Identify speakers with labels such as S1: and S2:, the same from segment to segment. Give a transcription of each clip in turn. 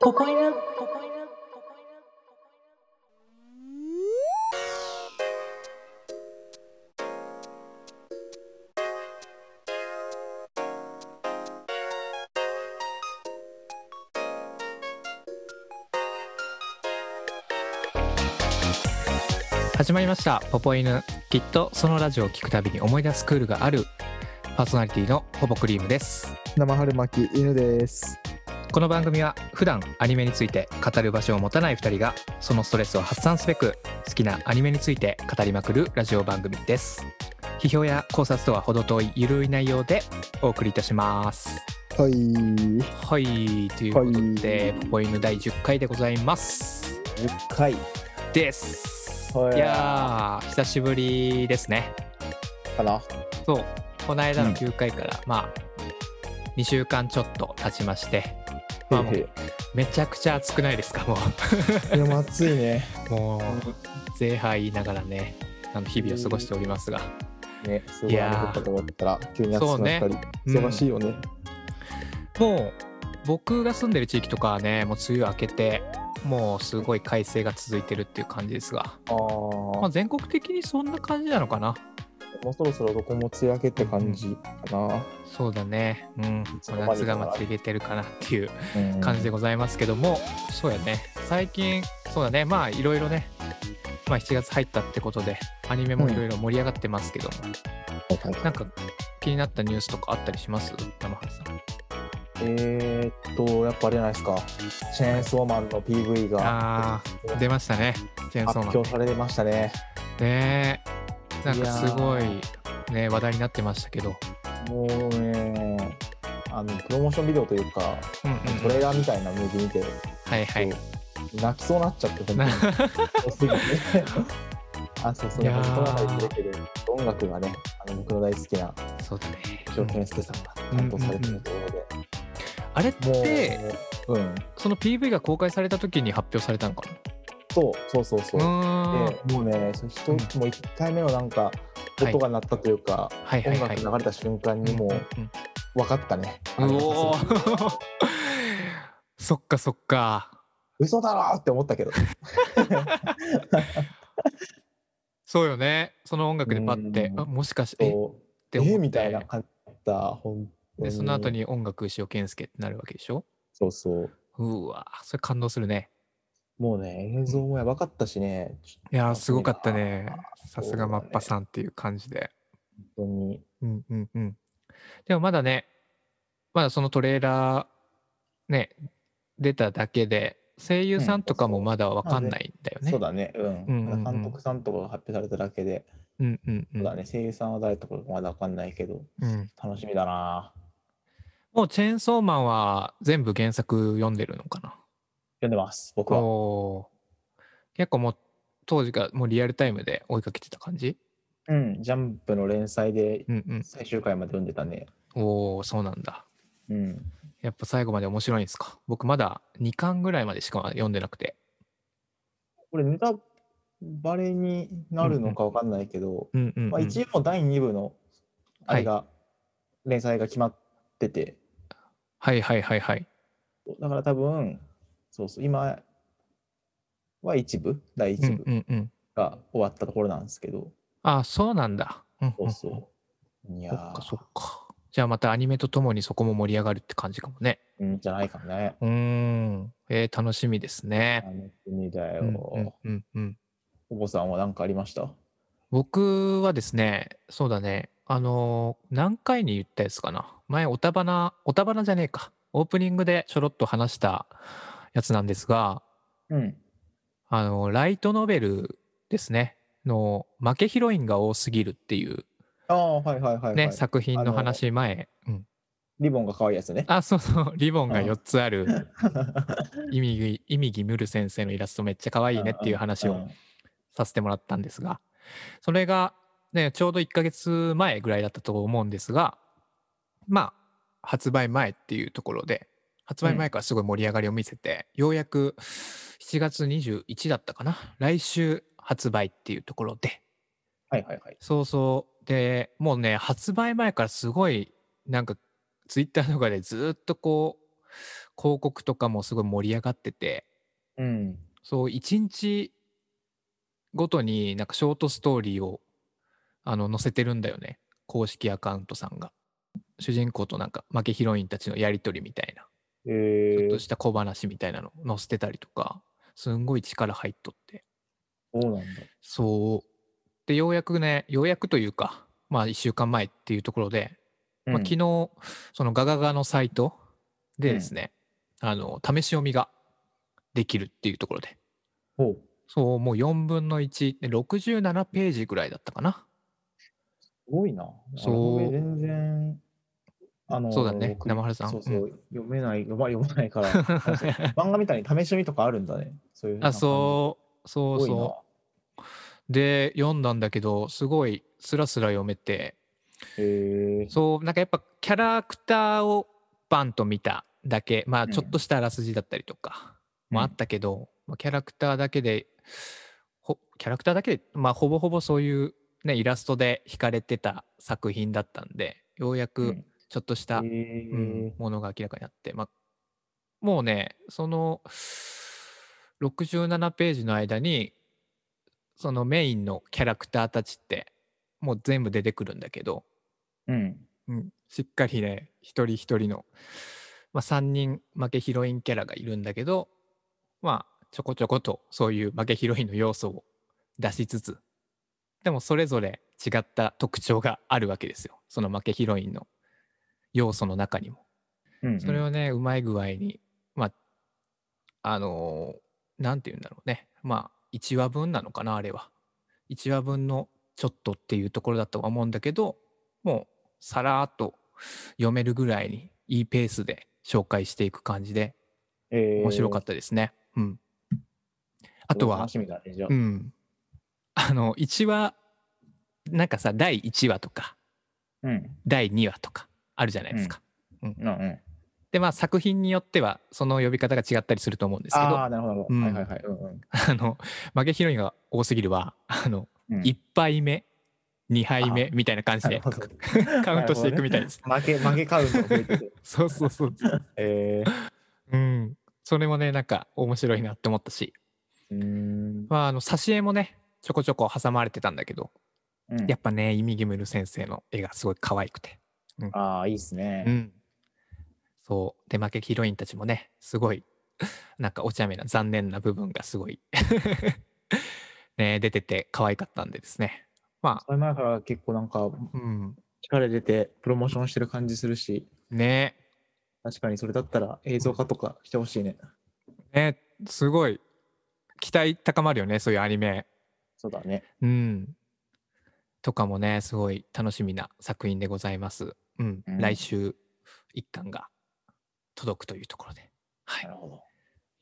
S1: ここいな。
S2: 始まりました「ポポ犬」きっとそのラジオを聞くたびに思い出すクールがあるパーソナリティのポポクリームです
S3: 生春巻き犬です。
S2: この番組は普段アニメについて語る場所を持たない2人がそのストレスを発散すべく好きなアニメについて語りまくるラジオ番組です批評や考察とは程遠いゆるい内容でお送りいたします
S3: はい。
S2: はいということで
S3: は
S2: 「
S3: い
S2: ポポ犬」第10回でございます
S3: 10回。
S2: です
S3: はい
S2: いやー久しぶりですね
S3: かな。
S2: そうこの間
S3: う
S2: の
S3: ん
S2: 9回から、まあ2週間ちょっと経ちまして、まあ、も
S3: いう
S2: めちゃくちゃ暑くないですかも
S3: や、もう暑いね。
S2: うもうぜいは言いながらねあの日々を過ごしておりますが、
S3: ね、すご
S2: い
S3: い
S2: やー
S3: 雨降ったと思ったら、急に暑くなったり、
S2: うん
S3: 忙しいよね。
S2: もう僕が住んでる地域とかはねもう梅雨明けてもうすごい快晴が続いてるっていう感じですが、
S3: ああ、
S2: まあ、全国的にそんな感じなのかな
S3: もうそろそろどこも梅雨明けって感じかな。
S2: そうだねうん
S3: そこまで
S2: 夏
S3: か
S2: が
S3: な
S2: まつれてるかなっていう
S3: うん
S2: 感じでございますけども、そうやね最近そうだねまあいろいろね、まあ、7月入ったってことでアニメもいろいろ盛り上がってますけども、
S3: はいはい
S2: なんか気になったニュースとかあったりします生原さん
S3: えー、っと、やっぱあれじゃないですか。チェーンソーマンの PV が
S2: あー出ましたねチェーンソーマ
S3: 発
S2: ン
S3: 表されましたね。
S2: ねえなん
S3: い
S2: か
S3: や
S2: す
S3: ー
S2: ごいね話題になってましたけど
S3: もうね、あの、プロモーションビデオというか、
S2: うんうん
S3: トレーラーみたいなムービー見て、
S2: はいはい
S3: 泣きそうになっちゃって、本 当に
S2: な。
S3: 多すぎて。 あ、そうそう、
S2: いや
S3: なん
S2: ー
S3: かこの中で出てくる音楽がね、あの僕の大好きな
S2: そうだね
S3: 清健介さんが担当されてるところ
S2: あれっ
S3: で、
S2: て
S3: もう、うん、
S2: その PV が公開された時に発表されたのか
S3: そうそうそうそう。
S2: なうーん
S3: でもうね、そ人、
S2: うん
S3: もう1回目のなんか、
S2: はい
S3: 音が鳴ったというか、
S2: はいはいはい
S3: 音楽流れた瞬間にもう
S2: うんうん
S3: 分かったね。
S2: うお
S3: あの
S2: ー そっかそっか
S3: 嘘だろーって思ったけど、
S2: そうよねその音楽でパッて
S3: うん
S2: あもしかしてえっ
S3: そう
S2: て
S3: え
S2: 思って
S3: みたいな感じだった、本当
S2: で
S3: に。
S2: その後。に音楽塩健介ってなるわけでしょ
S3: そうそう。
S2: うわそれ感動するね
S3: もうね、映像もやばかったしね、ち
S2: いやー
S3: あ
S2: すごかったねさすが
S3: そうだ
S2: マ
S3: ね
S2: ッパさんっていう感じで
S3: ょっと本当に。
S2: うんうんうんでもまだねまだそのトレーラーね出ただけで声優さんとかもまだわかんないんだよね
S3: そうだね、うん。
S2: うんうんうん
S3: まだ監督さんとかが発表されただけで、
S2: うんうんう
S3: そ
S2: ん
S3: うだね、声優さんは誰とかまだわかんないけど、
S2: うん
S3: 楽しみだな。
S2: もうチェーンソーマンは全部原作読んでるのかな
S3: 読んでます、僕は。
S2: おー結構もう当時からもうリアルタイムで追いかけてた感じ
S3: うん、ジャンプの連載で
S2: うん
S3: 最終回まで読んでたね。
S2: うん。おおそうなんだ。
S3: うん。
S2: やっぱ最後まで面白いんですか僕まだ2巻ぐらいまでしか読んでなくて。
S3: これ、ネタバレになるのかわかんないけど、
S2: うんうん、うん。
S3: まあ、一応もう第2部の、あれが、連載が決まってて、
S2: はいはいはいはい。
S3: だから多分、そうそう、今は一部、第
S2: う
S3: 一
S2: ん
S3: 部
S2: うんうん。
S3: が終わったところなんですけど、
S2: あそうなんだ。うん
S3: そ
S2: ん
S3: うんそう。いや
S2: そっか
S3: ー
S2: そっか。じゃあまたアニメとともにそこも盛り上がるって感じかもね。
S3: うんじゃないかね。
S2: うーん。えー、楽しみですね。
S3: 楽しみだ
S2: う
S3: よ。
S2: んうんうんうん。
S3: お坊さんは何かありました
S2: 僕はですね、そうだね、あのー何回に言ったやつかな。前、おたばな、おたばなじゃねえか。オープニングでちょろっと話したやつなんですが、
S3: うん。
S2: あのーライトノベルですね、の、負けヒロインが多すぎるっていう
S3: ああ、はいはいはい、はい
S2: ね、作品
S3: あ
S2: の
S3: の
S2: 話前、うん。
S3: リボンが可愛いやつ ね。
S2: あ、そうそう、リボンが
S3: うん
S2: 4つある、意味、意味義ムル先生のイラストめっちゃ可愛いねっていう話
S3: う
S2: を
S3: ん
S2: させてもらったんですが、それが、ね、ちょうど1ヶ月前ぐらいだったと思うんですが、まあ、発売前っていうところで、発売前からすごい盛り上がりを見せて、ようやく7月21だったかな、来週発売っていうところで、
S3: はいはいはい。
S2: そうそう、でもうね、発売前からすごい、なんか、ツイッターとかでずっとこう、広告とかもすごい盛り上がってて
S3: うん。
S2: そう1日ごとになんかショートストーリーをあの載せてるんだよね公式アカウントさんが主人公となんか負けヒロインたちのやり取りみたいな
S3: え
S2: ちょっ
S3: ー
S2: と、した小話みたいなの載せてたりとかすんごい力入っとって
S3: そうなんだ。
S2: そうでようやくねようやくというかまあ1週間前っていうところで
S3: う
S2: まあ、
S3: ん
S2: 昨日そのガガガのサイトでですね、あの試し読みができるっていうところで
S3: ほう。
S2: そうもう4分の1で67ページぐらいだったか な
S3: すごいな。
S2: そう
S3: あの全然、あの、
S2: そうだね
S3: 僕
S2: 生春さん
S3: そうそう、読めない、読ま読まな いから。漫画みたいに試し読みとかあるんだね。そういう。
S2: あそう
S3: う
S2: そうそうで読んだんだけどすごいスラスラ読めて
S3: う。へえ。
S2: そうなんかやっぱキャラクターをバンと見ただけまあ
S3: うん
S2: ちょっとしたあらすじだったりとかもあったけど、まあキャラクターだけでほキャラクターだけで、まあ、ほぼほぼそういう、ね、イラストで惹かれてた作品だったんでようや
S3: う
S2: く
S3: ん
S2: ちょっとした、
S3: へえ
S2: うんものが明らかになって、まあ、もうねその67ページの間にそのメインのキャラクターたちってもう全部出てくるんだけど、
S3: うん。
S2: うん、しっかりね一人一人の、まあ、3人負けヒロインキャラがいるんだけどまあちょこちょことそういう負けヒロインの要素を出しつつでもそれぞれ違った特徴があるわけですよその負けヒロインの要素の中にも。
S3: うんうん
S2: それをねうまい具合にまああのーなんて言うんだろうねまあ1話分なのかなあれは1話分のちょっとっていうところだとは思うんだけどもうさらっと読めるぐらいにいいペースで紹介していく感じで
S3: えー
S2: 面白かったですね、うんあとは
S3: 楽しみだね、じゃあ。
S2: うんあの1話なんかさ第1話とか
S3: うん。
S2: 第2話とかあるじゃないですか、
S3: なうん。
S2: でまあ作品によってはその呼び方が違ったりすると思うんですけど
S3: ああ、
S2: あ
S3: なるほどなる
S2: う
S3: ほど。
S2: ん
S3: はいはいはい。うん
S2: の負けヒロインが多すぎるはあの、
S3: うん。
S2: 1杯目2杯目みたいな感じ
S3: なる
S2: で
S3: ほど
S2: カウントしていくみたいです、
S3: 負け、負けカウントが増え てて。
S2: そうそうそう
S3: えー
S2: うんそれもねなんか面白いなって思ったし
S3: うーん。
S2: まああの挿絵もねちょこちょこ挟まれてたんだけど
S3: うん
S2: やっぱねイミギムル先生の絵がすごい可愛くて
S3: ああ、いいです
S2: う
S3: ね。
S2: んそうで負けヒロインたちもねすごいなんかお茶目な残念な部分がすごい ね出てて可愛かったんでですねまあ
S3: それ前から結構なんか、
S2: うん
S3: 力出てプロモーションしてる感じするし、
S2: ね
S3: 確かにそれだったら映像化とかしてほしいね。
S2: ねすごい期待高まるよねそういうアニメ
S3: そうだね。
S2: うんとかもねすごい楽しみな作品でございますうん、
S3: うん
S2: 来週一巻が届くというところではい
S3: なるほど。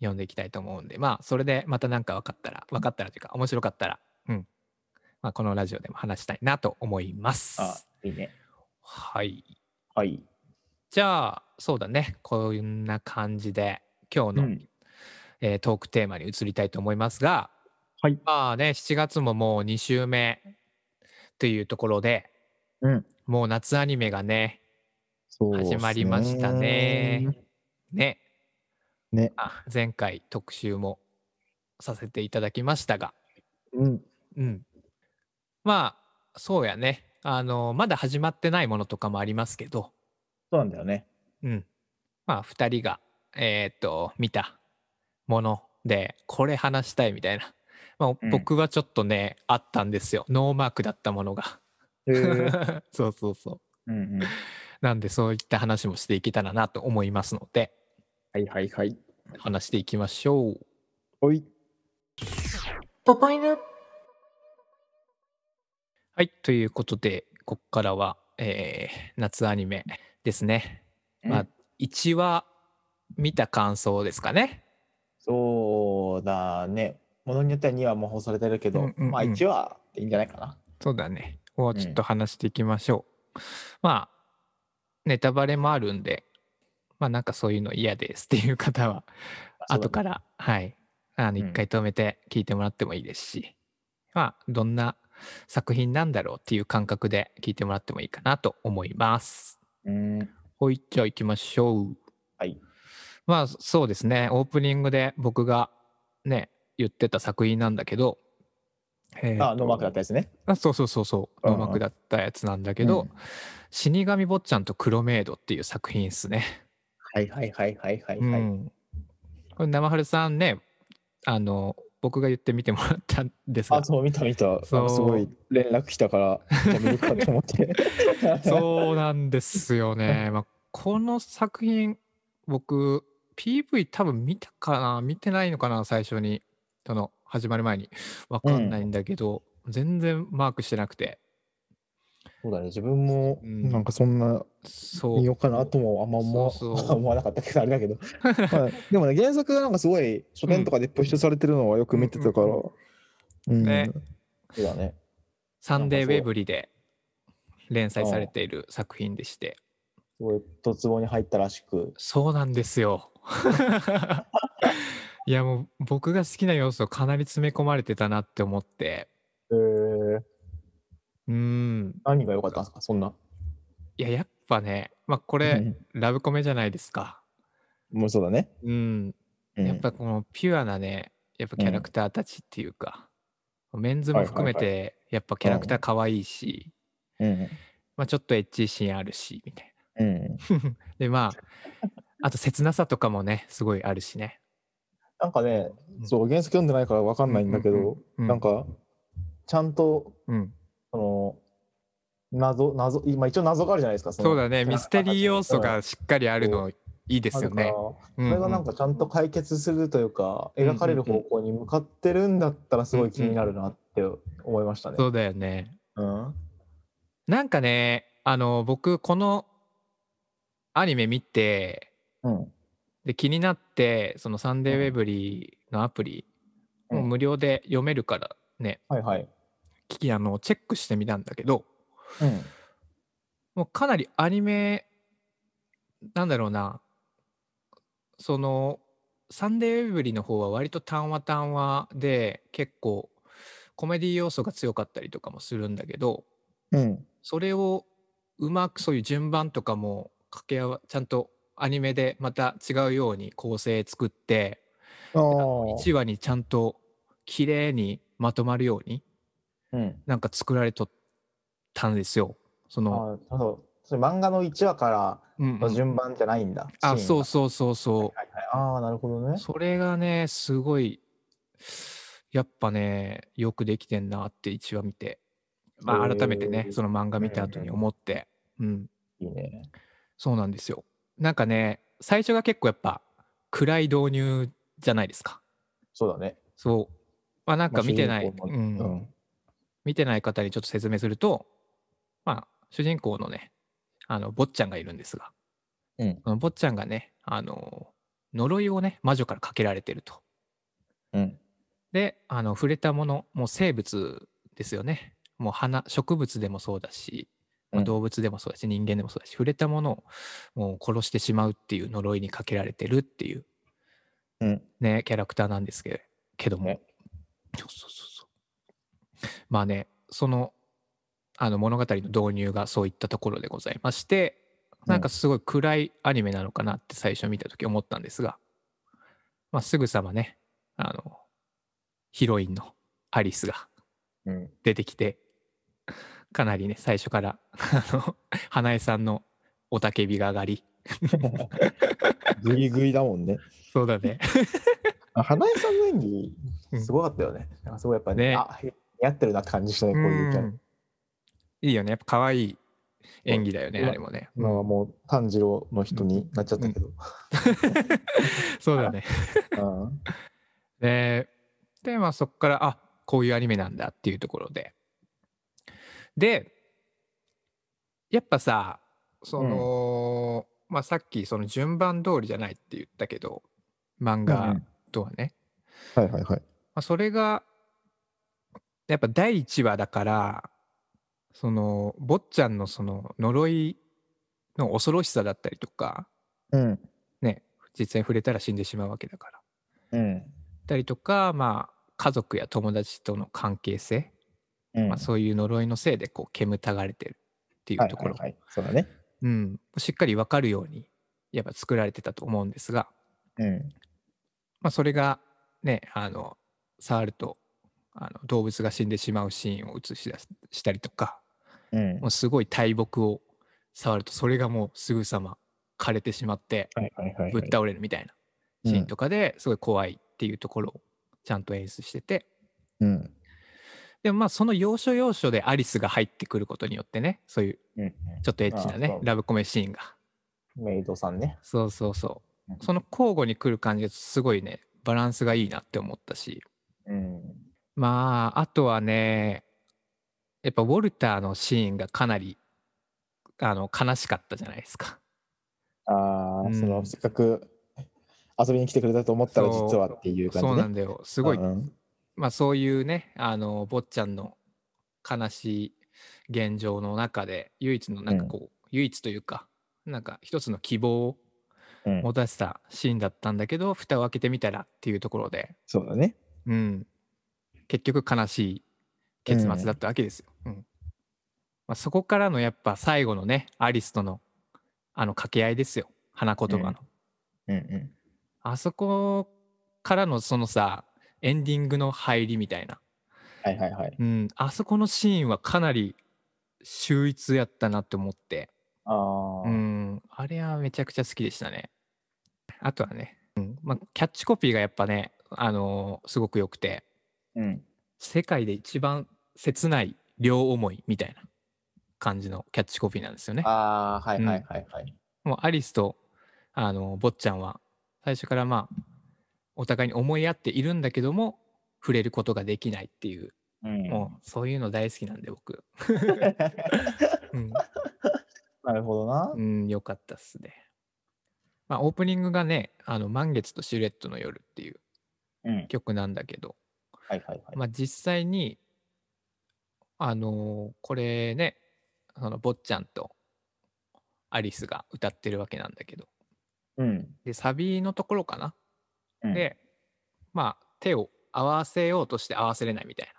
S2: 読んでいきたいと思うんでまあそれでまた何か分かったら分かったらというか面白かったら、うんまあ、このラジオでも話したいなと思います。
S3: あ、いいね。
S2: はい
S3: はい。
S2: じゃあそうだねこんな感じで今日
S3: う
S2: の、
S3: ん。
S2: えートークテーマに移りたいと思いますが、
S3: はい
S2: まあね7月ももう2週目っていうところで
S3: うん。
S2: もう夏アニメがね
S3: そうっすね
S2: 始まりましたね。ね
S3: ね。
S2: あ前回特集もさせていただきましたが
S3: うん。
S2: うん。まあ、そうやね。あの、まだ始まってないものとかもありますけど、
S3: そうなんだよね。
S2: うん。まあ、二人が、えーっと、見たもので、これ話したいみたいな。まあ、
S3: うん
S2: 僕はちょっとね、あったんですよ。ノーマークだったものが。
S3: へ ー
S2: そうそうそう。
S3: うんうん。
S2: なんで、そういった話もしていけたらなと思いますので、
S3: はいはいはい。
S2: 話していきましょう。
S3: おい。
S1: ポポ犬
S2: はい、ということで、ここからは、えー夏アニメですね。まあ、1話見た感想ですかね。
S3: そうだね。ものによっては2話も放送されてるけど、
S2: うんうんうん
S3: まあ1話でいいんじゃないかな。
S2: そうだね。をちょっと話していきましょう。まあ、ネタバレもあるんで、まあなんかそういうの嫌ですっていう方は、
S3: そうだね
S2: 後から、はい、あの、
S3: うん
S2: 一回止めて聞いてもらってもいいですし、まあ、どんな作品なんだろうっていう感覚で聞いてもらってもいいかなと思います。
S3: うん。
S2: ほい、じゃあ行きましょう。
S3: はい。
S2: まあそうですねオープニングで僕がね言ってた作品なんだけど、えーと
S3: あ、ノーマークだったですね。
S2: あそうそうそうそう
S3: うん
S2: ノー
S3: うん
S2: マークだったやつなんだけど、
S3: うん
S2: 死神坊ちゃんと黒メイドっていう作品ですね、
S3: はいはいはいはいはい、
S2: う
S3: はい
S2: ん、これ生春さんねあの僕が言ってみてもらったんですが
S3: あ、そう、見た見た。
S2: そう
S3: なんかすごい連絡来たから、じゃあ見るかと思って。
S2: そうなんですよ ね。まあ、この作品、僕、PV 多分見たかな見てないのかな最初に。その、始まる前に。わかんないんだけど、全然マークしてなくて。
S3: そうだね、自分も、
S2: うん
S3: なんかそんな、
S2: そう。
S3: 見ようかなともあんま思わ
S2: そうそう
S3: 思わなかったけど、あれだ けど。はいでもね、原作がなんかすごい、書店とかでプッシュされてるのはよく見てたから。うん
S2: ね
S3: そうだね。
S2: サンデー
S3: なん
S2: ウ
S3: かそう
S2: ェブリで連載されている作品でして。
S3: すごい、とつぼに入ったらしく。
S2: そうなんです よ。いやもう僕が好きな要素かなり詰め込まれてたなって思って
S3: えー、
S2: うん
S3: 何が良かったんですか、そんな。
S2: いややっぱねまあこれ、ラブコメじゃないですか。
S3: うんもうそうだね。
S2: うん。
S3: うん
S2: やっぱこのピュアなね、やっぱキャラクターたちっていうか、メンズも含め
S3: はい
S2: て、やっぱキャラクター可愛いし、
S3: うん。
S2: まあちょっとエッチいシーンあるし、みたい
S3: うん。
S2: な。で、ま あ、あと切なさとかもね、すごいあるしね。
S3: なんかね、
S2: うん
S3: そう、原作読んでないからわかんないんだけ
S2: うんうん
S3: ど、
S2: う
S3: なん、か、ちゃんと、
S2: うん。
S3: その、謎、謎、今一応謎があるじゃないですか。その
S2: そうだね、ミステリー要素がしっかりあるのいいですよ
S3: あ
S2: ね
S3: るか。ら
S2: そ
S3: それがなんかちゃんと解決するというか、描かれる方向に向かってるんだったらすごい気になるなって思いましたね。
S2: そうだよね。
S3: うん。
S2: なんかね、あの、僕、このアニメ見て、
S3: うん。
S2: で気になってそのサンデーウェブリーのアプリ、
S3: うん
S2: もう無料で読めるからね
S3: はいはい。
S2: 聞きあのチェックしてみたんだけど
S3: うん。
S2: もうかなりアニメなんだろうなそのサンデーウェブリーの方は割と単話単話で結構コメディ要素が強かったりとかもするんだけど
S3: うん。
S2: それをうまくそういう順番とかも掛け合わちゃんとアニメでまた違うように構成作って
S3: ああ。
S2: 1話にちゃんと綺麗にまとまるように
S3: うん。
S2: なんか作られとったんですよ。その、
S3: ああ、そう。それ漫画の一話から
S2: うんうん
S3: の順番じゃないんだ。
S2: あそう
S3: そ。
S2: そうそうそう
S3: はいはい、ああ、なるほど
S2: う
S3: ね。
S2: それがねすごいやっぱねよくできてんなって1話見て、ま
S3: へ
S2: あ、
S3: ー
S2: 改めてねその漫画見た後に思って、うん、
S3: いいね。
S2: そうなんですよ。なんかね最初が結構やっぱ暗い導入じゃないですか。
S3: そうだね。
S2: そうまあなんか見てない、
S3: まあ
S2: う
S3: 主人公の
S2: ん、見てない方にちょっと説明すると、まあ、主人公のね、あの、坊ちゃんがいるんですが、
S3: うん
S2: その坊ちゃんがね、あの、呪いをね、魔女からかけられてると。
S3: うん。うん。
S2: で、あの、触れたもの、もう生物ですよね。もう花、植物でもそうだし、まあ
S3: うん
S2: 動物でもそうだし、人間でもそうだし、触れたものをもう殺してしまうっていう呪いにかけられてるっていう
S3: うん。
S2: ね、キャラクターなんですけけども、
S3: ね
S2: そうそうそうそうまあねそのあの物語の導入がそういったところでございましてなんかすごい暗いアニメなのかなって最初見た時思ったんですが、まあ、すぐさまねあのヒロインのアリスが
S3: うん。
S2: 出てきてかなりね最初からあの花江さんの雄たけびが上がり
S3: グイグイだもんね。
S2: そうだね
S3: あ花江さんの演技
S2: うん
S3: すごかったよね。なんかすごいやっぱね、
S2: ね
S3: あやってるなって感じしたね、こういうキャラ。
S2: いいよねやっぱ可愛い演技だよね
S3: うん
S2: あれもね、
S3: まあもう炭治郎の人になっちゃったけど。
S2: そうだね
S3: うん
S2: ででまあそこからあこういうアニメなんだっていうところででやっぱさその、まあさっきその順番通りじゃないって言ったけど漫
S3: うんう
S2: 画
S3: ん
S2: とはね、
S3: はいはいはい。
S2: まあ、それがやっぱ第1話だからその坊ちゃんのその呪いの恐ろしさだったりとか
S3: うん。
S2: ね実際に触れたら死んでしまうわけだから
S3: うん。
S2: たりとかまあ家族や友達との関係性、
S3: うん
S2: まあ、そういう呪いのせいでこう煙たがれてるっていうところ、
S3: はいはいはいそうだね。
S2: うん、しっかり分かるようにやっぱ作られてたと思うんですが
S3: うん。
S2: まあ、それがねあの触るとあの動物が死んでしまうシーンを映し出すしたりとか
S3: うん
S2: もうすごい大木を触るとそれがもうすぐさま枯れてしまって
S3: はいはいはいはい。
S2: ぶっ倒れるみたいなシーンとかですごい怖いっていうところをちゃんと演出してて
S3: うん。
S2: でもまあその要所要所でアリスが入ってくることによってねそういう
S3: うん。
S2: ちょっとエッチな
S3: あ
S2: ね
S3: そう
S2: ラブコメシーンが
S3: メイドさんね。
S2: そうそうそう
S3: うん
S2: その交互に来る感じがすごいねバランスがいいなって思ったし
S3: うん。
S2: まああとはねやっぱウォルターのシーンがかなりあの悲しかったじゃないですか。
S3: あ
S2: う
S3: あ、
S2: ん
S3: その、せっかく遊びに来てくれたと思ったら
S2: そう
S3: 実はっていう感じね。
S2: そうなんだよすごい
S3: うん
S2: まあそういうねあの坊ちゃんの悲しい現状の中で唯一のなんか
S3: うん
S2: こう、唯一というかなんか一つの希望を
S3: うん
S2: 持たせたシーンだったんだけど、蓋を開けてみたらっていうところで、
S3: そうだね。
S2: うん、結局悲しい結末だったわけですよ。うんまあ、そこからのやっぱ最後のねアリスとのあの掛け合いですよ花言葉の。
S3: うんうんう
S2: あそこからのそのさエンディングの入りみたいな、
S3: ん。はいはいはい。
S2: うん、あそこのシーンはかなり秀逸やったなって思って、
S3: あ
S2: う
S3: あ。
S2: ん、あれはめちゃくちゃ好きでしたね。あとはね、うんまあ、キャッチコピーがやっぱね、あのーすごく良くて、
S3: うん。
S2: 世界で一番切ない両思いみたいな感じのキャッチコピーなんですよね。
S3: ああ、はいはいはいはい。
S2: もうアリスとあの坊ちゃんは最初からまあお互いに思い合っているんだけども触れることができないっていう、
S3: うん
S2: もうそういうの大好きなんで僕、うん
S3: なるほどな
S2: う。ん、よかったっすね。まあオープニングがね「あの満月とシルエットの夜」っていう
S3: うん。
S2: 曲なんだけど、
S3: はいはいはい。
S2: まあ、実際にあのーこれねその坊ちゃんとアリスが歌ってるわけなんだけど
S3: うん。
S2: でサビのところかな、
S3: うん
S2: でまあ手を合わせようとして合わせれないみたい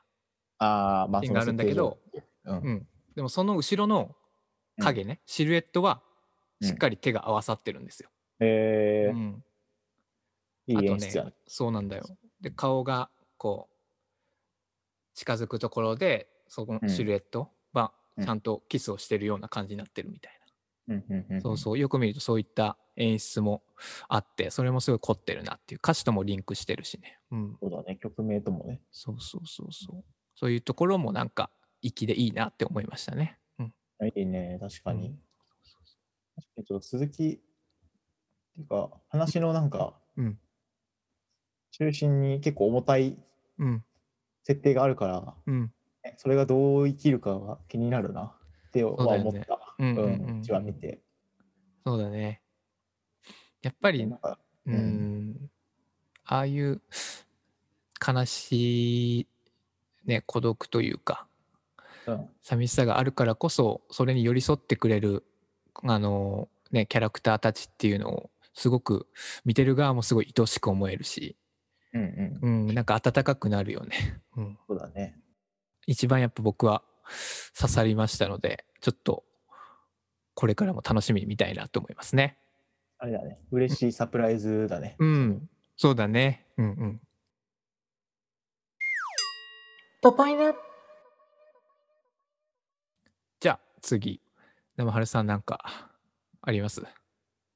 S3: ああ、まあ、
S2: シーンがあるんだけど
S3: その
S2: な、う
S3: 設定上。
S2: ん、でもその後ろの影ね、シルエットは
S3: うん。
S2: しっ
S3: り。
S2: かり手が合わさってるんですよ。
S3: え
S2: うん
S3: え、いい演
S2: あ
S3: 出
S2: と
S3: や
S2: ねそうなんだよで顔がこう近づくところでそこ
S3: うん
S2: のシルエットは
S3: うん
S2: ちゃんとキスをしてるような感じになってるみたい
S3: うんうん
S2: な、
S3: ん
S2: そうそうよく見るとそういった演出もあってそれもすごい凝ってるなっていう歌詞ともリンクしてるしねうん
S3: うん。そうだね、曲名ともね。
S2: そうそうそうそうそういうところもなんか粋でいいなって思いましたねうん
S3: いいね、確か
S2: う
S3: に
S2: ん。
S3: 確かにちょっと鈴木、っていうか、話のなんか、
S2: うん
S3: 中心に結構重たい
S2: うん
S3: 設定があるから、
S2: うん
S3: ねそれがどう生きるかが気になるなっては
S2: そうだよ
S3: 思っ
S2: ね
S3: た。
S2: うんうん
S3: う
S2: うんうん
S3: ん、一話見て。
S2: そうだねやっぱり
S3: なんか
S2: う
S3: うん
S2: んああいう悲しい、ね、孤独というか
S3: うん
S2: 寂しさがあるからこそそれに寄り添ってくれるあの、ね、キャラクターたちっていうのをすごく見てる側もすごい愛しく思えるし、
S3: うんうん、
S2: うん、なんか温かくなるよね、うん、
S3: そうだね。
S2: 一番やっぱ僕は刺さりましたのでちょっとこれからも楽しみに見たいなと思いますね。
S3: あれだね、嬉しいサプライズだね。
S2: うん、そうだね、うんうん、
S1: Papina,
S2: じゃあ次生春さんなんかあります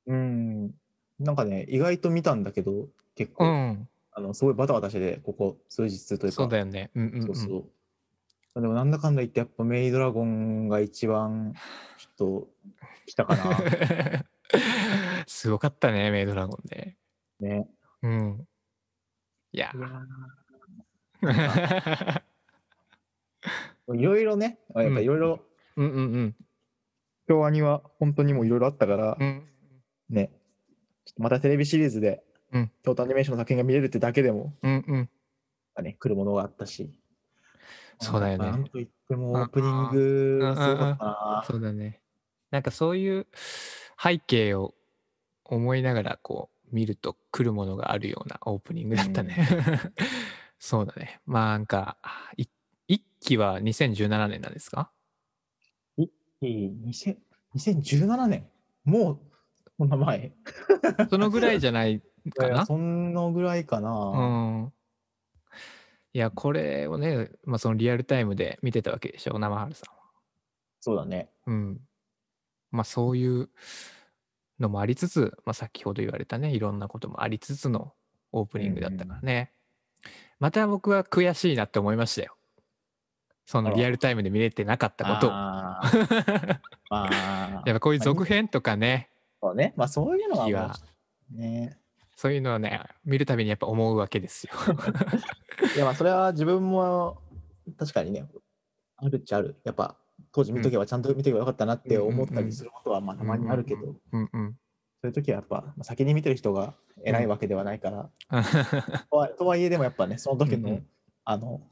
S3: うん、なんかね、意外と見たんだけど、結
S2: う
S3: 構、
S2: ん
S3: あのすごいバタバタしてて、ここ数日というか。
S2: そうだよねうんうん
S3: そううそ
S2: ん
S3: う。でも、なんだかんだ言って、やっぱメイドラゴンが一番、ちょっと、来たかな。
S2: すごかったねメイドラゴンで
S3: ね。
S2: うんいや
S3: いや
S2: ー
S3: ーいろいろね、やっぱいろいろ、
S2: うんうんうん
S3: 今日アニは本当にもういろいろあったから、
S2: うん
S3: ね、ちょっとまたテレビシリーズで、
S2: うん
S3: 京都アニメーションの作品が見れるってだけでも、
S2: うんうん
S3: ね、来るものがあったし。
S2: そうだよね
S3: なんといっても
S2: う
S3: オ
S2: ん
S3: ープニングがすごかったな。
S2: そうだねなんかそういう背景を思いながらこう見ると来るものがあるようなオープニングだったね、 そうだねまあなんかい一期は2017年なんですか
S3: いい2000 2017年もう、こんな前。
S2: そのぐらいじゃないか
S3: いや
S2: な。
S3: そんのぐらいか
S2: う
S3: な。
S2: ん。いや、これをね、まあ、そのリアルタイムで見てたわけでしょ、生春さんは。
S3: そうだね。
S2: うん。まあ、そういうのもありつつ、まあ、先ほど言われたね、いろんなこともありつつのオープニングだったからね。また僕は悔しいなって思いましたよ。その
S3: あら
S2: リアルタイムで見れてなかったことを。
S3: あーま あ、
S2: やっぱこういう続編とかね、
S3: そうね。まあそういうのは
S2: 次
S3: も
S2: は
S3: う、ね。
S2: そういうのをね、見るたびにやっぱ思うわけですよ。
S3: いやまあそれは自分も確かにね、あるっちゃある。やっぱ当時見とけばちゃんと見とけばよかったなって思ったりすることは まあたまにあるけど、そ
S2: うんうん。
S3: ういう時はやっぱまあ先に見てる人が偉いわけではないから、とはとはいえでもやっぱね、その時の、
S2: うんうん
S3: あの、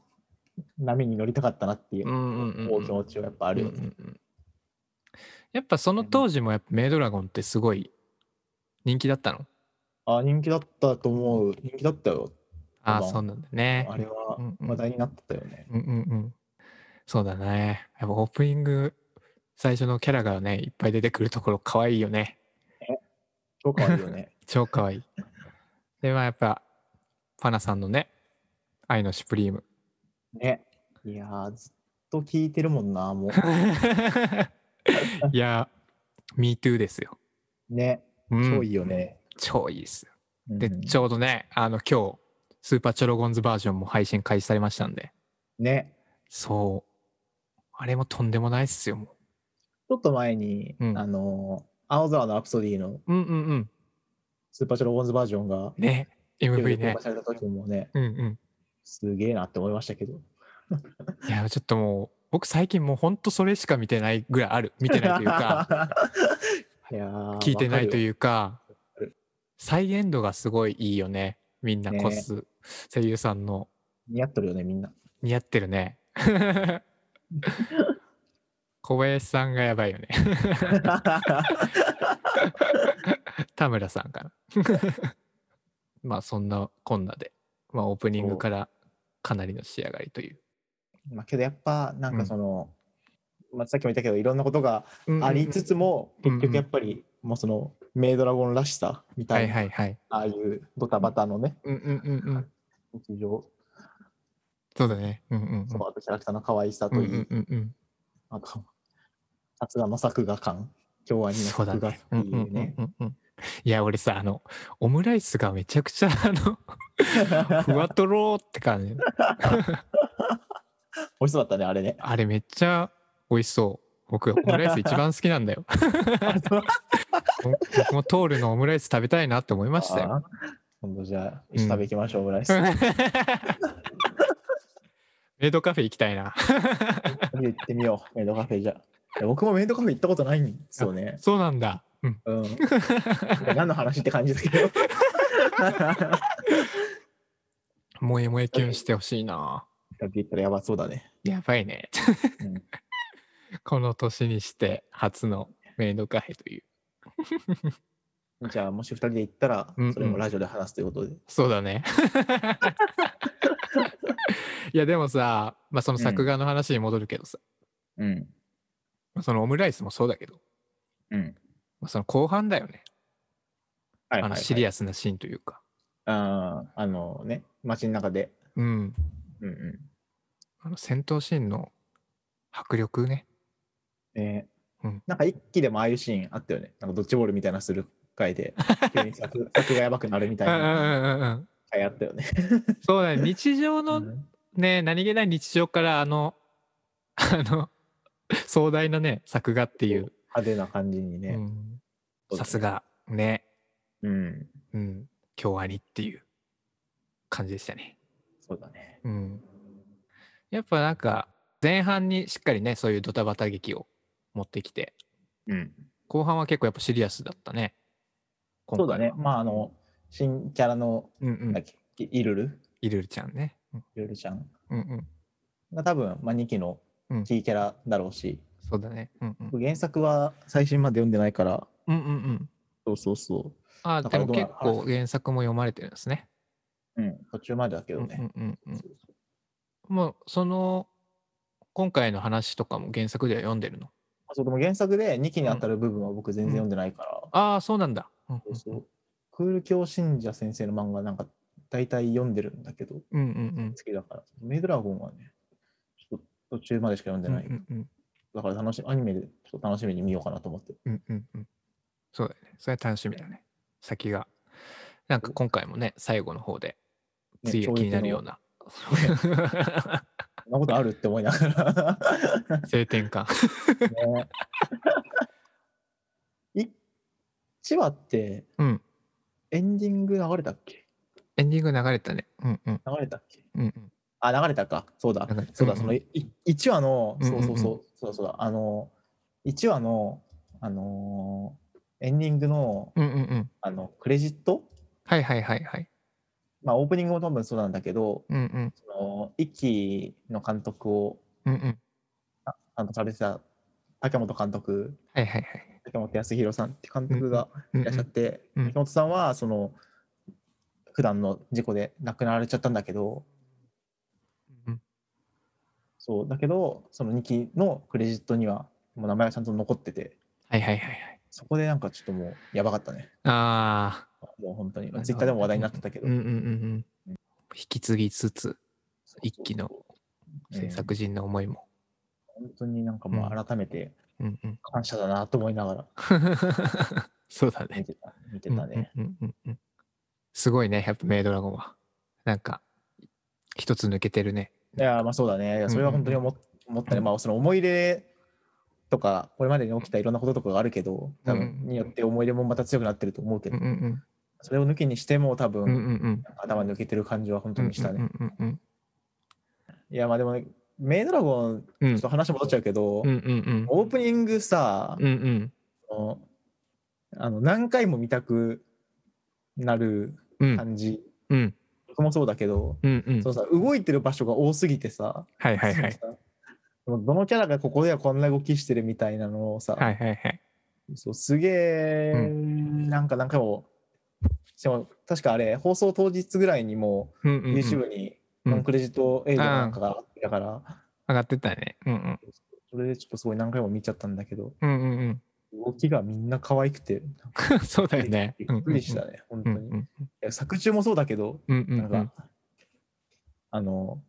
S3: 波に乗りたかったな っていうう,、
S2: んうんうんうん
S3: 気持ちはやっぱあるよね。
S2: うんうんうんやっぱその当時もやっぱメイドラゴンってすごい人気だったの
S3: あ人気だったと思う。人気だったよ。
S2: ああ
S3: まあ
S2: そうなんだね
S3: あれは
S2: うんうん
S3: 話題になってたよね。
S2: うんうんうんそうだねやっぱオープニング最初のキャラがねいっぱい出てくるところ可愛いよね
S3: 超可愛いよね。
S2: 超可 愛いでまあやっぱパナさんのね愛のシュプリ ーム
S3: ね。いやー、ずっと聞いてるもんな、もう。
S2: いや「MeToo」ですよ、
S3: ね。
S2: うん
S3: 超いいよね。
S2: 超いいですよで
S3: うん
S2: ちょうどねあの今日スーパーチョロゴンズバージョンも配信開始されましたんで
S3: ね。
S2: そう。あれもとんでもないっすよ、も
S3: ちょっと前に、
S2: うん
S3: あのー、青沢のアプソディの
S2: う。うんうんうん。
S3: スーパーチョロゴンズバージョンが、
S2: ね。
S3: テレビ
S2: MV
S3: で公
S2: ね
S3: 開。された時もね、
S2: うんう
S3: すげえなって思いましたけど。
S2: ん。いや、ちょっともう、僕最近もうほんとそれしか見てないぐらいあ る。見てないというか、
S3: いやー
S2: 聞いてないと
S3: わ
S2: いうか
S3: かる、
S2: 再現度がすごいいいよね。みんなコス、声優さんの。
S3: かるよ似合っとるよね、み んな。
S2: 似合ってる ね。小林さんがやばいよね。田村さんかな。 まあそんなこんなで、まあ、オープニングからかなりの仕上がりという。
S3: まあ、けどやっぱ、なんかその、まあ、さっきも言ったけど、いろんなことがありつ
S2: つ
S3: つも、
S2: うんうん
S3: 結局やっぱり、もうその、メイドラゴンらしさみた
S2: はいい
S3: な、
S2: はいはい。
S3: ああいうドタバタのね、
S2: うんうんうんうん。
S3: 日常、
S2: そうだね。うんうん
S3: そのあとキャラクターの可愛さ
S2: うん。
S3: と
S2: う
S3: いい、
S2: んうんうん
S3: あと、さすがの作画感、京アニの
S2: そうだ
S3: 作画っ
S2: ね。
S3: て
S2: うんう
S3: いうんね。
S2: うんうん。いや俺さあのオムライスがめちゃくちゃあ のふわとろーって感じ
S3: 美味しそうだったね、あれね。
S2: あれめっちゃ美味しそう。僕、オムライス一番好きなんだよ。僕もトールのオムライス食べたいなって思いましたよ。
S3: あー今度じゃあ、一緒に食べ行きましょう、オムライス。
S2: メイドカフェ行きたいな。
S3: 行ってみよう、メイドカフェじゃ。いや僕もメイドカフェ行ったことないんですよね。
S2: そうなんだ。うん。
S3: うん。いや何の話って感じだけど。
S2: 萌え萌えキュンしてほしいな。
S3: って言ったらやばそうだね。
S2: やばいね。
S3: うん
S2: この年にして初のメイドカフェという。
S3: じゃあ、もし二人で行ったら
S2: うんうん、
S3: それもラジオで話すということで。
S2: そうだね。いや、でもさ、まあ、その作画の話に戻るけどさ、
S3: うん。
S2: まあそのオムライスもそうだけど、
S3: うん。
S2: まあ、その後半だよね。
S3: は
S2: あ
S3: いはい、は
S2: の
S3: い。
S2: シリアスなシーンというか。
S3: あーあのね、街の中で。
S2: うん。
S3: うんう
S2: あの戦闘シーンの迫力ね。
S3: ん。ね
S2: うん
S3: なんか一気でもああいうシーンあったよね。なんかドッジボールみたいなのする 回で、急に作作がやばくなるみた
S2: う
S3: い
S2: んうん
S3: な
S2: うんうん。
S3: 回あったよね。
S2: そうだね。日常
S3: う
S2: の
S3: ん
S2: ね、何気ない日常からあの、あの、壮大なね、作画っていう。
S3: 派手な感じにね。
S2: うん
S3: そう
S2: さ
S3: だね
S2: す。が、ね。
S3: うん。
S2: うん。京アニっていう感じでしたね。
S3: そうだね。
S2: うん。やっぱなんか、前半にしっかりね、そういうドタバタ劇を持ってきて、
S3: うん。
S2: 後半は結構やっぱシリアスだったね。今
S3: そう
S2: 回
S3: だ
S2: は
S3: ね。。まあ、あの、新キャラの、
S2: うんう
S3: なんだっ
S2: ん。
S3: け、イルル、
S2: イルルちゃんね。うん
S3: イルルちゃん
S2: うんうん。
S3: が多分、まあ、2期の
S2: うん
S3: キーキャラだろうし、
S2: そうだね。うんうん。
S3: 原作は最新まで読んでないから、
S2: うんうんうん。
S3: そうそうそ
S2: あ、
S3: だ
S2: で
S3: から
S2: も
S3: どうな
S2: 結
S3: るか
S2: 構原作も読まれてるんですね。
S3: う。うん、途中までだけ
S2: う
S3: ど
S2: んう
S3: ね。
S2: んうんうん
S3: そ。うそう
S2: もうその今回の話とかも原作では読んでるの。
S3: あそうでも原作で2期に当たる部分は僕全然読んでないから、
S2: ああ、そうなんだ。うんうん
S3: そうそうクール教信者先生の漫画なんか大体読んでるんだけど、
S2: うんうん
S3: 好きだから、メイドラゴンはね、ちょっと途中までしか読ん
S2: うん。
S3: でない。
S2: うんうん
S3: だから楽しアニメでちょっと楽しみに見ようかなと思って。
S2: うんうんうん。そうだよね。それは楽しみだね。先が。なんか今回もね、最後の方で、
S3: ね
S2: 次が気になるような。
S3: そんなことあるって思いながら。
S2: 性転換。
S3: ね、1話って
S2: うん。
S3: エンディング流れたっけ
S2: エンディング流れたね。うんうん
S3: 流れたっけ
S2: うん
S3: あ、流れたか。そうだ
S2: 流れた。
S3: そう
S2: う
S3: だ、
S2: ん
S3: そのい1話の、
S2: うんうん
S3: そううんそうそう、そうだそうだ、あの、1話の、あのーエンディングの、
S2: うん。うんうんうん。
S3: あの、クレジット
S2: はいはいはいはい。
S3: まあ、オープニングも多分そうなんだけど、
S2: うんうん。
S3: その、一期の監督を
S2: うんうん。
S3: 担当されてた、竹本監督、
S2: はいはいはい。
S3: 竹本康弘さんって監督が
S2: うん
S3: いらっしゃって、
S2: うんうん
S3: 竹本さんは、その、普段の事故で亡くなられちゃったんだけど、
S2: うん
S3: そう、だけど、その2期のクレジットには、もう名前がちゃんと残ってて、
S2: はいはいはいはい。
S3: そこでなんかちょっともうやばかったね。
S2: あ
S3: もう本当に。
S2: あ。
S3: ツイッターでも話題になってたけど。
S2: うんうんうんうん。引き継ぎつつ、
S3: そうそうそう
S2: 一期の制作陣の思いも。
S3: うん本当になんかもう改めて
S2: うんうん。
S3: 感謝だなと思いながら
S2: そうだ
S3: 見
S2: ね。
S3: てた、見てたね。
S2: うんうんうんうんうん。すごいね、やっぱメイドラゴンは。なんか、一つ抜けてるね。
S3: いや、まあそうだね。いやそれは本当に思っ思ったね。まあその思い入れとか、これまでに起きたいろんなこととかがあるけど、多分によって思い入れもまた強くなってると思うけ
S2: うん
S3: ど
S2: う、ん
S3: それを抜きにしても多
S2: うん。うん
S3: 分
S2: うんうん。
S3: 頭抜けてる感じは本当にした
S2: う
S3: ね。
S2: んうんうん
S3: いや、まあでもね、メイドラゴン、
S2: う
S3: ちょ
S2: ん
S3: っと話戻っちゃうけど
S2: う、んうんうん。
S3: オープニングさ、
S2: うんうん
S3: あのあの何回も見たくなる
S2: うん
S3: 感じ、
S2: うん
S3: 僕もそうだけど、
S2: うんうん
S3: そのさ動いてる場所が多すぎてさ,
S2: はい
S3: そ
S2: は
S3: の
S2: い
S3: さ、
S2: はい。
S3: そのどのキャラがここではこんな動きしてるみたいなのをさ、
S2: はいはいはい。
S3: そうすげえ、
S2: う
S3: なんか何回もしかも確かあれ放送当日ぐらいにも
S2: うんうんうん
S3: YouTube に
S2: うん
S3: ノンクレジット映像なんかがあったから、
S2: 上がってたね。うん
S3: それでちょっとすごい何回も見ちゃったんだけど
S2: うん。うんうん
S3: 動きがみんな可愛くてなんか
S2: うん。 そうだよね。
S3: びっくりした
S2: ね。
S3: ね、
S2: うんう
S3: 本当に。
S2: ん
S3: いや作中もそうだけど、
S2: うんうんう
S3: な
S2: んう
S3: んか、
S2: ん。
S3: あの、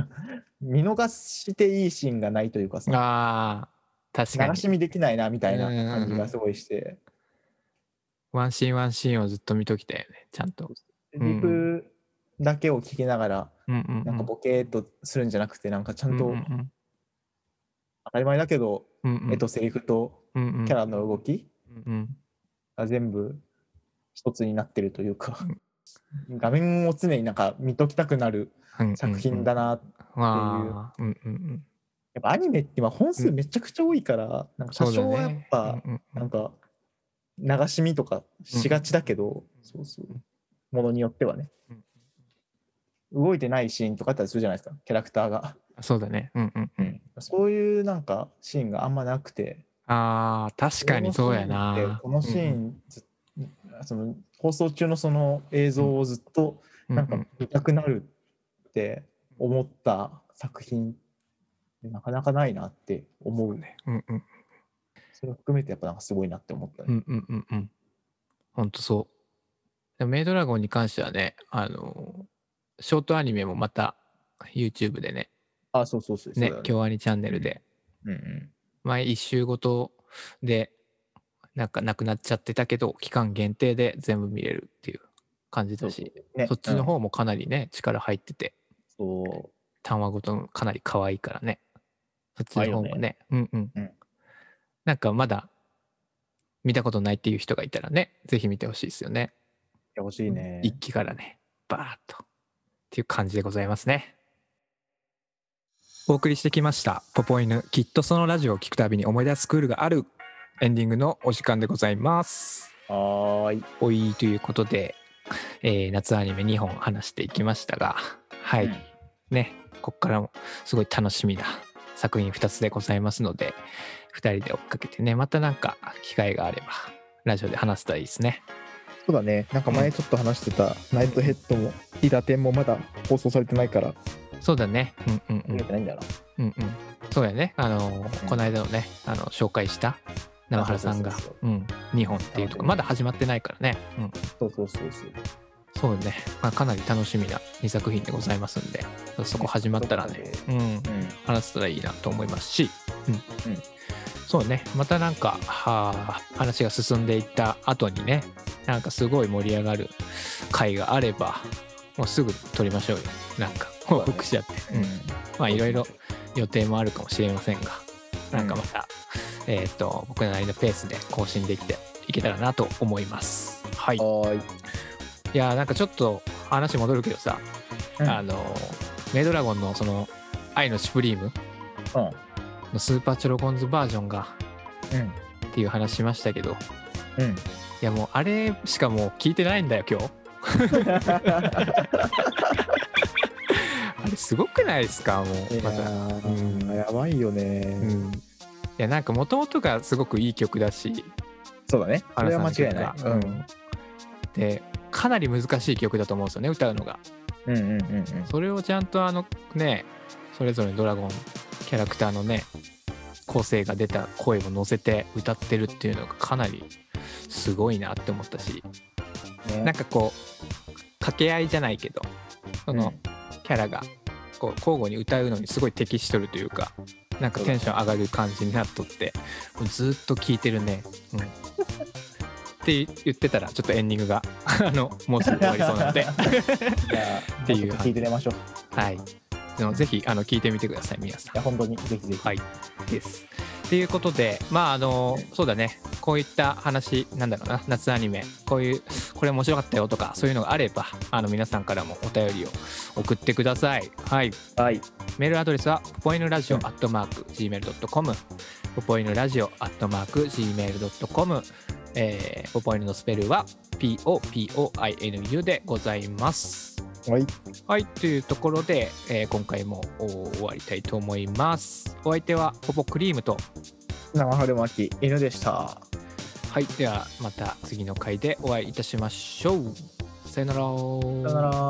S3: 見逃していいシーンがないというかさ、
S2: ああ、確か
S3: 流
S2: に
S3: し。見できないなみたいな感じ
S2: うんうんう
S3: が
S2: ん
S3: すごいして、
S2: ワンシーンワンシーンをずっと見ときたよね。ちゃんと。
S3: セ
S2: ん
S3: リフだけを聞きながら、
S2: うんうんうん。
S3: なんかボケーっとするんじゃなくて、なんかちゃん
S2: う
S3: と
S2: んうん
S3: 当たり前だけど、
S2: うんうん。
S3: 絵とセリフと
S2: うんうん、
S3: キャラの動き
S2: うんうん。
S3: が全部一つになってるというか、画面を常になんか見ときたくなる作品だ
S2: なっ
S3: な。
S2: ていう。あーうんうんうん、
S3: やっぱアニメって今本数めちゃくちゃ多いから、なんか多少はやっぱ、
S2: そうだねうん
S3: な
S2: うんん
S3: か流し見とかしがちだけど、そうそうものによってはね、
S2: うん
S3: 動いてないシーンとかあったりするじゃないですかキャラクターが、
S2: うんそうだね。うんうんうん。
S3: そういうなんかシーンがあんまなくて
S2: ああ、確かにそうやな。
S3: このシー
S2: うん
S3: ンずっその放送中のその映像をずっと
S2: うん、
S3: なんか
S2: うんうん
S3: 見たくなるって思った作品ってなかなかないなって思うね
S2: うんうん
S3: それを含めてやっぱなんかすごいなって思った
S2: う
S3: ね、
S2: んうんうんうん。ほんとそう。でもメイドラゴンに関してはね、あのー、ショートアニメもまた YouTube でね、
S3: あそうそうそうそう
S2: ね
S3: だ、
S2: 京アニチャンネルで、
S3: うんうん
S2: 毎一週ごとで、なんかなくなっちゃってたけど、期間限定で全部見れるっていう感じだし、
S3: ね
S2: そっちの方もかなりね、力入ってて、
S3: うんそう
S2: 単話ごとのかなり可愛いからね。そっちの方もね。うんうん。
S3: うん
S2: なんかまだ見たことないっていう人がいたらね、ぜひ見てほしいですよね。
S3: いや、欲しいね。
S2: 一気からね、バーッと。っていう感じでございますね。お送りしてきました、ポポイヌ。きっとそのラジオを聞くたびに思い出すクールがあるエンディングのお時間でございます。
S3: はーい。
S2: おいということで、えー夏アニメ2本話していきましたが、はい。
S3: うん
S2: ね、こっからもすごい楽しみな作品2つでございますので、2人で追っかけてね、またなんか機会があれば、ラジオで話せたらいいですね。
S3: そうだね。なんか前ちょっと話してた、ナイトヘッドも、リダテンもまだ放送されてないから、
S2: そうだね。うんうんう
S3: 見
S2: ん
S3: れ。てないんだよ
S2: うんうん。そうやね。あのー、この間のね、あの、紹介した、生原さんが
S3: そうそうそ
S2: う
S3: う、
S2: ん、2本っていうとこ、まだ始まってないからね。うん、
S3: そうそうそうそう。
S2: そうね、まあ、かなり楽しみな2作品でございますんで、そこ始まったらね、うん、
S3: う
S2: 話せたらいいなと思いますし、うん
S3: うん
S2: そうねまたなんかはあ話が進んでいった後にねなんかすごい盛り上がる回があればもうすぐ撮りましょうよなんか報告しちゃって、
S3: ん。
S2: まあいろいろ予定もあるかもしれませんがなんかまた、えっ、と僕なりのペースで更新できていけたらなと思いますはい
S3: はーい。
S2: いやーなんかちょっと話戻るけどさ、
S3: うん
S2: あのメイドラゴンのその「愛のシュプリーム」のスーパーチョロコンズバージョンがっていう話しましたけど
S3: うん。うん。
S2: いやもうあれしかもう聞いてないんだよ今 日あれすごくないですかもう
S3: い
S2: また、
S3: や
S2: う
S3: ーやばいよね、
S2: うん、いやなんかもともとがすごくいい曲だし
S3: そうだねそれは間違い
S2: 原
S3: ない、
S2: さんの曲がでかなり難しい曲だと思うんですよね歌うのが
S3: うん、うんうんうん
S2: それをちゃんとあのねそれぞれのドラゴンキャラクターのね個性が出た声を乗せて歌ってるっていうのがかなりすごいなって思ったし
S3: うん
S2: なんかこう掛け合いじゃないけどそのキャラがこう交互に歌うのにすごい適しとるというかなんかテンション上がる感じになっとってもうずーっと聴いてるね。うんって言ってたらちょっとエンディングがあのもうすぐ終わりそうなので
S3: じゃあ
S2: っていう
S3: もうちょっと聞いてみましょうい
S2: はいでもぜひあの聞いてみてください皆さん
S3: や。本当にぜひぜひ
S2: はい、です。ということで、まああの、そうだね、こういった話、なんだろうな、夏アニメ、こういう、これ面白かったよとか、そういうのがあれば、あの皆さんからもお便りを送ってください。はい、
S3: はい
S2: メールアドレスは、ポポイヌラジオ
S3: うん
S2: アットマーク、gmail.com、ポポイヌラジオアットマーク、gmail.com、えー、ポポイヌのスペルは、POPOINU でございます。
S3: はい
S2: はい、というところで、えー今回もお終わりたいと思います。お相手はポポクリームと、
S3: 生春巻き犬でした
S2: はい、ではまた次の回でお会いいたしましょう。さよなら。さよ
S3: さよなら